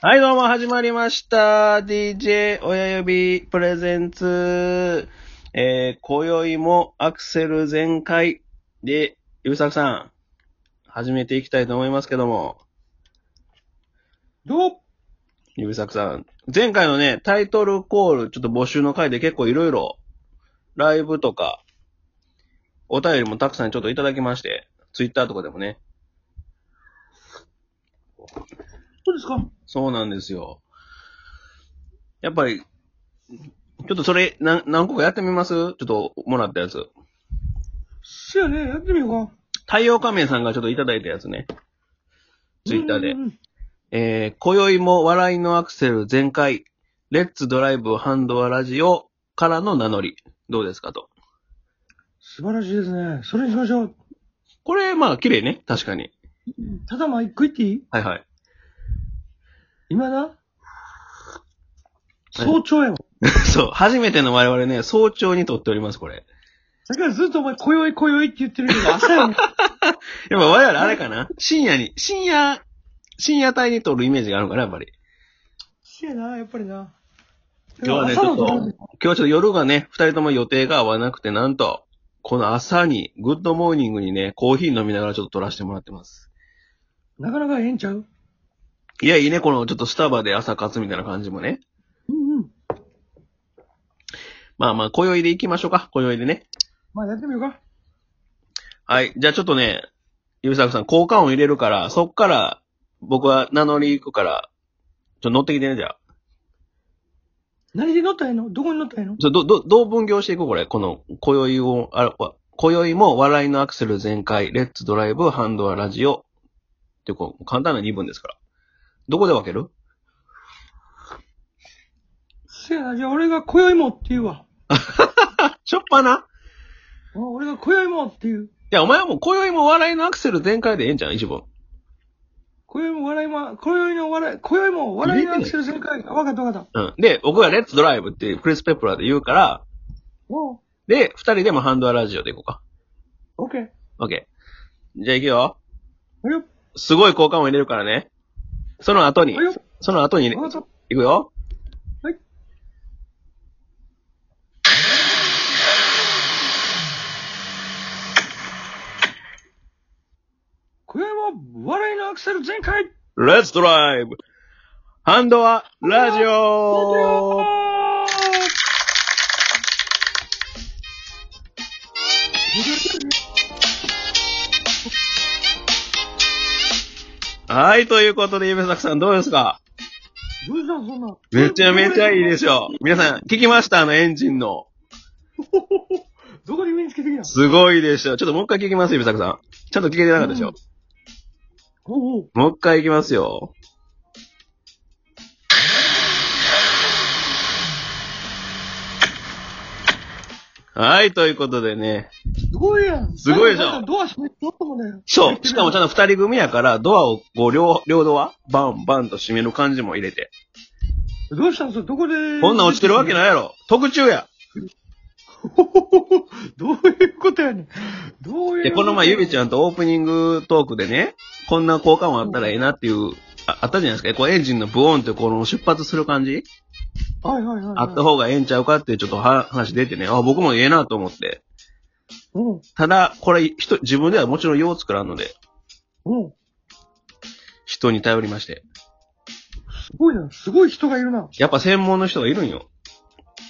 はい、どうも始まりました。DJ 親指プレゼンツ。えー、今宵もアクセル全開で、ゆうさくさん、始めていきたいと思いますけども、どうゆうさくさん。前回のね、タイトルコール、ちょっと募集の回で結構いろいろ、ライブとか、お便りもたくさんちょっといただきまして、ツイッターとかでもね。そうですかそうなんですよ。やっぱり、ちょっとそれ、な何個かやってみますちょっともらったやつ。せやね、やってみようか。太陽仮面さんがちょっといただいたやつね。ツイッターでうんうんうん。えー、今宵も笑いのアクセル全開、レッツドライブハンドアラジオからの名乗り、どうですかと。素晴らしいですね。それにしましょう。これ、まあ、綺麗ね。確かに。ただまあ、一個言っていいはい はい。今な。早朝やもん。そう、初めての我々ね、早朝に撮っております、これ。さっきからずっとお前、今宵今宵って言ってるけど、朝やもん。やっぱ我々あれかな深夜に、深夜、深夜帯に撮るイメージがあるのから、やっぱり。せやな、やっぱりな。今日はね、ち朝ょっと、のドラ今日マはちょっと夜がね、二人とも予定が合わなくて、なんと、この朝に、グッドモーニングにね、コーヒー飲みながらちょっと撮らせてもらってます。なかなかええんちゃういや、いいね、このちょっとスタバで朝活みたいな感じもね。うんうん。まあまあ、今宵で行きましょうか、今宵でね。まあ、やってみようか。はい、じゃあちょっとね、ゆうさくさん、交換音入れるから、そっから、僕は名乗り行くから、ちょっと乗ってきてね、じゃあ。何で乗ったらいいのどこに乗ったらいいのちょど、ど、どう分業していこうこれ。この、今宵を、あら、わ今宵も笑いのアクセル全開、レッツドライブ、ハンドアラジオ。ってこう、簡単な2分ですから。どこで分けるせやな、じゃあ俺が今宵もって言うわ。しょっぱなあ俺が今宵もって言う。いや、お前はもう今宵も笑いのアクセル全開でええんじゃん一分。今宵も笑いも、今宵の笑い、今宵も笑いのアクセル全開。あわかったわかった。うん。で、僕がレッツドライブっていうクリス・ペプラーで言うから、おう、で、二人でもハンドアラジオでいこうか。オッケー。オッケー。じゃあ行くよ。およ、すごい交換音入れるからね。その後にお、よ、その後に、ね、わかった。いくよ。はい。今宵も笑いのアクセル全開レッツドライブハンドアラジオはい、ということで、ゆめさくさんどうですかどうしたのそんな。めちゃめちゃいいでしょう。皆さん、聞きましたあのエンジンの。どこに目につけてきたすごいでしょ。ちょっともう一回聞きます、ゆめさくさん。ちゃんと聞けてなかったでしょ。おうもう一回行きますよ。はい、ということでね。すごいやん。すごいじゃんなんかドア閉めてどうもね。そう。しかもちゃんと二人組やから、ドアをこう、両、両ドア、バンバンと閉める感じも入れて。どうしたのそれどこで。こんなん落ちてるわけないやろ。特注や。 どういうことやねん。どういうで、この前、ゆびちゃん。ゃんとオープニングトークでね、こんな効果音あったらええなっていう、ああったじゃないですか。こうエンジンのブオンってこの出発する感じはいはいはいはい。あった方がええんちゃうかっていうちょっとは話出てね、あ、僕もええなと思って。うん。ただ、これ、人、自分ではもちろん用を作らんので、うん。人に頼りまして。すごいな。すごい人がいるな。やっぱ専門の人がいるんよ。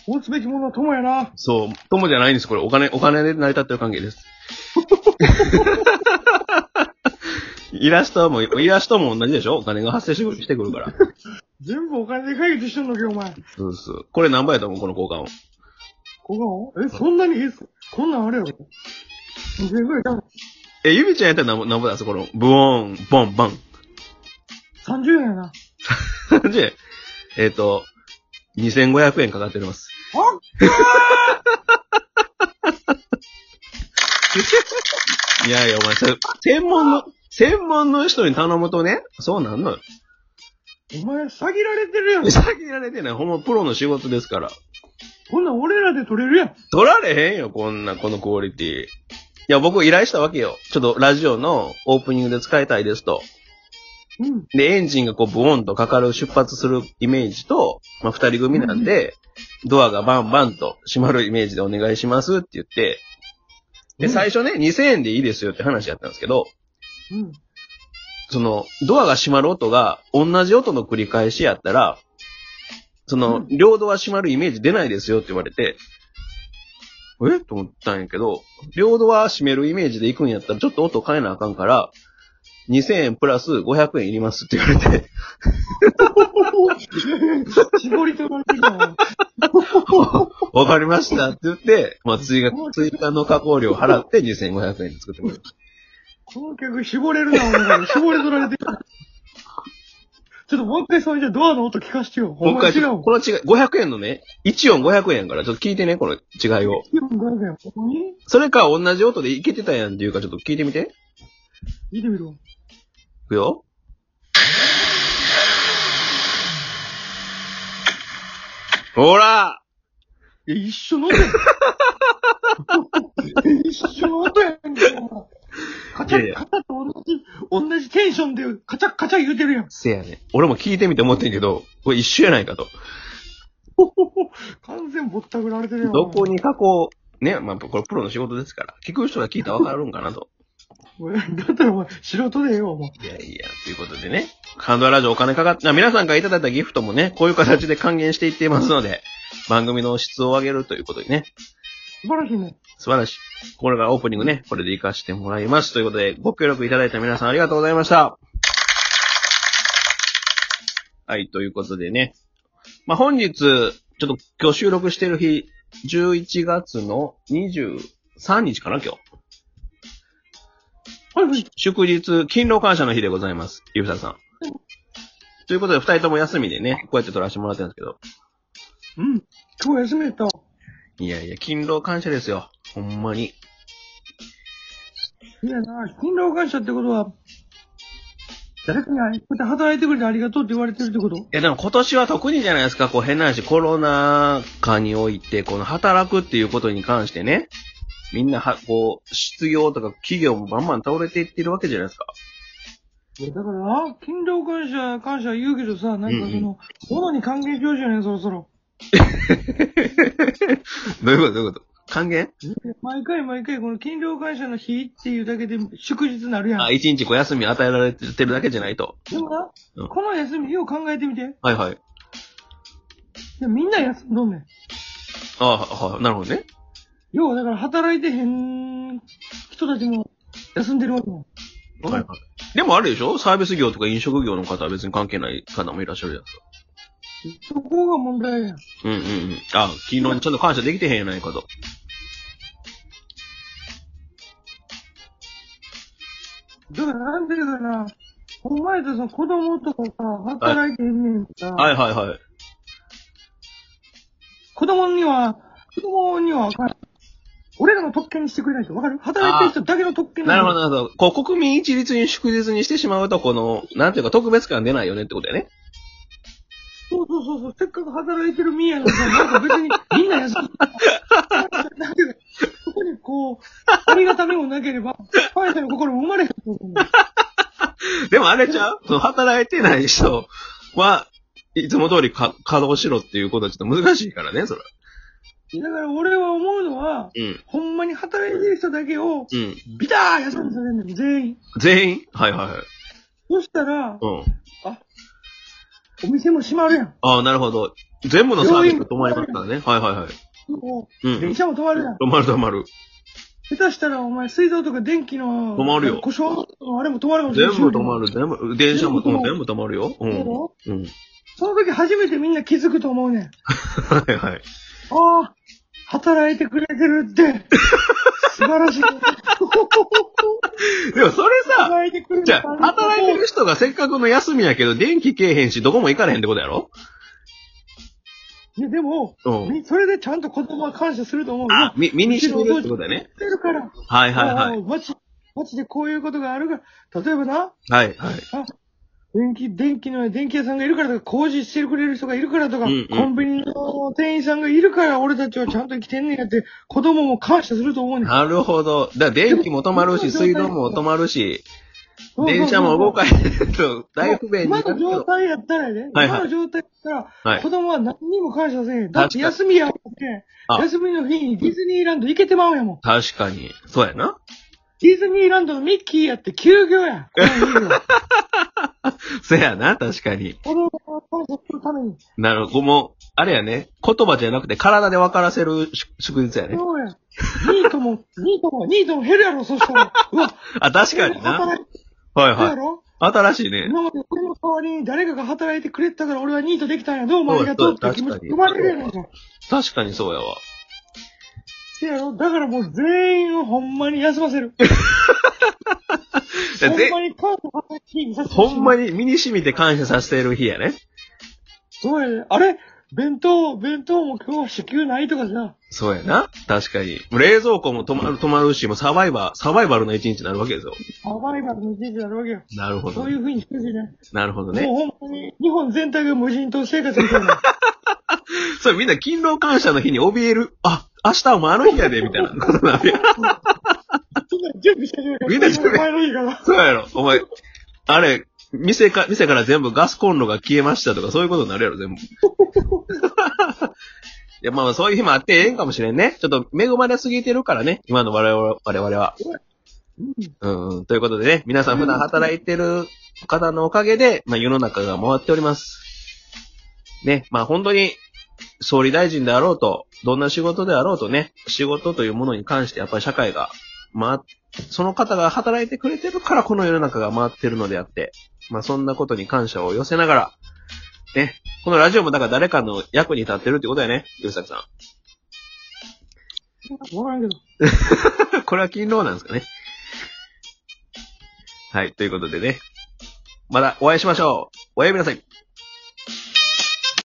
持つべきものは友やな。そう、友じゃないんです、これ。お金、お金で成り立ってる関係 です。イラストも、イラストも同じでしょお金が発生してくるしてくるから。全部お金で解決してんのけ、お前。そうそう。これ何倍やと思うこの交換音。ここえ、そんなにえ、こんなんあれやろ ?2000 円ぐらいちゃうのえ、ゆみちゃんやったらなんぼ、なんぼだすこの、ブオーン、ボン、バ ン。 ?30 円やな。で、えっ、と、2500円かかっております。あっいやいや、お前、それ専門の、専門の人に頼むとね、そうなんのよ。お前、詐欺られてるやん。詐欺られてない。ほんまプロの仕事ですから。こんなん俺らで取れるやん。取られへんよ、こんな、このクオリティ。いや、僕依頼したわけよ。ちょっとラジオのオープニングで使いたいですと。うん。で、エンジンがこう、ブオンとかかる、出発するイメージと、まあ、二人組なんで、ドアがバンバンと閉まるイメージでお願いしますって言って、で、最初ね、2000円でいいですよって話やったんですけど、うん。 その、ドアが閉まる音が、同じ音の繰り返しやったら、そのう、ん両ドア閉まるイメージ出ないですよって言われて、えと思ったんやけど、両ドア閉めるイメージで行くんやったら、ちょっと音変えなあかんから、2000円プラス500円いりますって言われて、絞り取られてるな。わかりましたって言って、まあ、追加、追加の加工料払って2500円で作ってもらった。この曲絞れるな、お前。絞り取られてる。ちょっともう一回それじゃドアの音聞かしてよ。ほんもうま一に違回、うもん。この違い、500円のね、1音500円やから、ちょっと聞いてね、この違いを。 4500円。ほんまにそれか、同じ音でいけてたやんっていうか、ちょっと聞いてみて。見てみろ。いくよ。ほらいや、一緒の音やん。一緒の音やんけ、お前カチいやいャやカチャと同じ、同じテンションでカチャカチャ言うてるやん。せやね。俺も聞いてみて思ってんけど、これ一緒やないかと。完全ぼったくられてるやん。どこに加工、ね、まあ、これプロの仕事ですから、聞く人が聞いたらわかるんかなと。お前だったらお前、素人でええわ、お前。いやいや、ということでね、カンドララジオお金かかって、あ皆さんからいただいたギフトもね、こういう形で還元していっていますので、番組の質を上げるということにね、素晴らしいね。素晴らしい。これがオープニングね、これで活かしてもらいます。ということで、ご協力いただいた皆さんありがとうございました。はい、ということでね。まあ、本日、ちょっと今日収録してる日、11月の23日かな、今日。はいはい。祝日、勤労感謝の日でございます。ゆうささん。ということで、二人とも休みでね、こうやって撮らせてもらってるんですけど。うん。今日休みやったわ。いやいや、勤労感謝ですよ。ほんまに。いやな、勤労感謝ってことは、誰かにこうやって働いてくれてありがとうって言われてるってこといやでも今年は特にじゃないですか、こう変な話、コロナ禍において、この働くっていうことに関してね、みんなは、こう、失業とか企業もバンバン倒れていってるわけじゃない ですか。いやだからな、勤労感謝、感謝言うけどさ、なんかその、物、に還元しようじゃねえ、そろそろ。どういうことどういうこと還元毎回毎回、この勤労感謝の日っていうだけで祝日なるやん。あ、一日こう休み与えられてるだけじゃないと。でもな、うんこの休みよう考えてみて。はいはい。でみんな休んどんねん。ああ、はいなるほどね。要はだから働いてへん人たちも休んでるわけやん。はいはい。でもあれでしょサービス業とか飲食業の方は別に関係ない方もいらっしゃるじゃないですか。そこが問題やん。うんうんうん。あ、勤労にちゃんと感謝できてへんやないかと。だからなんでかな、お前とその子供とかさ、働いてんねんから、はいはいはい。子供には、子供にはあかん。俺らの特権にしてくれないと、わかる働いてる人だけの特権なるほど。ど、なるほど。こう、国民一律に祝日にしてしまうと、この、なんていうか特別感出ないよねってことだよね。そうそうそうそう、せっかく働いてる身やのにさ、なんか別にみんな休む。なんていうかそこにこう、ありがたみもなければ、感謝の心も生まれへんと思う。でもあれちゃうその働いてない人は、いつも通りか稼働しろっていうことはちょっと難しいからね、それ。だから俺は思うのは、うん。ほんまに働いてる人だけを、うん。ビター休みされるんだよ、全員。全員はいはいはい。そしたら、うん。お店も閉まるやん。ああ、なるほど。全部のサービスが止まりますからね。はいはいはい。もうう、電ん。車も止まるやん。止まる止まる。下手したら、お前、水道とか電気の、止まるよ故障のあれも止まるかもしれ全ない。部止ま。る。全部、電車も、うん全部止まるよ。うん。そうだろうん。その時初めてみんな気づくと思うねん。あはいはい。あ、働いてくれてるって。素晴らしい。でもそれさ、働いてくれてじゃあ、働いてる人がせっかくの休みやけど、電気けえへんし、どこも行かれへんってことやろいや、でも、うん。みそれでちゃんと子供は感謝すると思うよ。あ、み、身にしてるってことだね。知ってるから。はいはいはあい。あ街、街でこういうことがあるから、例えばな、はいはい。電気、電気の、電気屋さんがいるからとか、工事してくれる人がいるからとか、うんうんコンビニの店員さんがいるから、俺たちはちゃんと生きてんねんやって、子供も感謝すると思うねん。なるほど。だから電気も止まるし、でも水道も止まるし、電車も動かへんと、大不便にな今るけの状ど。態やったらね、はいはい今の状態やったら、はい子。供は何にも感謝せんよ。だっ確かてに休みやもんねあ休みの日にディズニーランド行けてまうやもん。確かに。そうやな。ディズニーランドのミッキーやって休業や。この日 はそうやな、確かに。子供を感謝するために。なるほど。もう、あれやね。言葉じゃなくて体で分からせる祝祝日やね。そうや。ニートも、ニートも、ニートも減るやろ、そしたら。うわ、あ、確かにな。働いてはいるやはい。ろ新しいね。今まで俺の代わりに誰かが働いてくれてたから俺はニートできたんや。どうもありがとうって気持ち生まれるやろじゃん。確かにそうやわ。せやろだからもう全員をほんまに休ませる。やほんぜまにカード働きにさせてほんまに。に身に染みて感謝させてる日やね。そうやね。あれ弁当、弁当も今日は支給ないとかさ。そうやな。確かに。冷蔵庫も止まる、止まるし、もうサバイバー、サバイバルな一日になるわけですよ。サバイバルの時期になるわけよ。なるほどそうい。う風にしてほしいね。なるほどもね。うほんまに日本全体が無人島生活みたい な。それみんな勤労感謝の日に怯える。あ、明日はもうあの日やで、みたいなことなんや。みんな準備してるから。みんな準備前の日から。そうやろ。お前、あれ、店か、店から全部ガスコンロが消えましたとか、そういうことになるやろ、全部。いや、まあまあ、そういう日もあってええんかもしれんね。ちょっと恵まれすぎてるからね、今の我々は我々は。うん、うん。ということでね、皆さん普段働いてる方のおかげで、まあ世の中が回っております。ね、まあ本当に、総理大臣であろうと、どんな仕事であろうとね、仕事というものに関してやっぱり社会が回っその方が働いてくれてるからこの世の中が回ってるのであって、まあそんなことに感謝を寄せながら、ね、このラジオもだから誰かの役に立ってるってことやね、ゆうさくさわからんけど。ん。 これは勤労なんですかね。はい、ということでね、またお会いしましょう。おやすみなさい。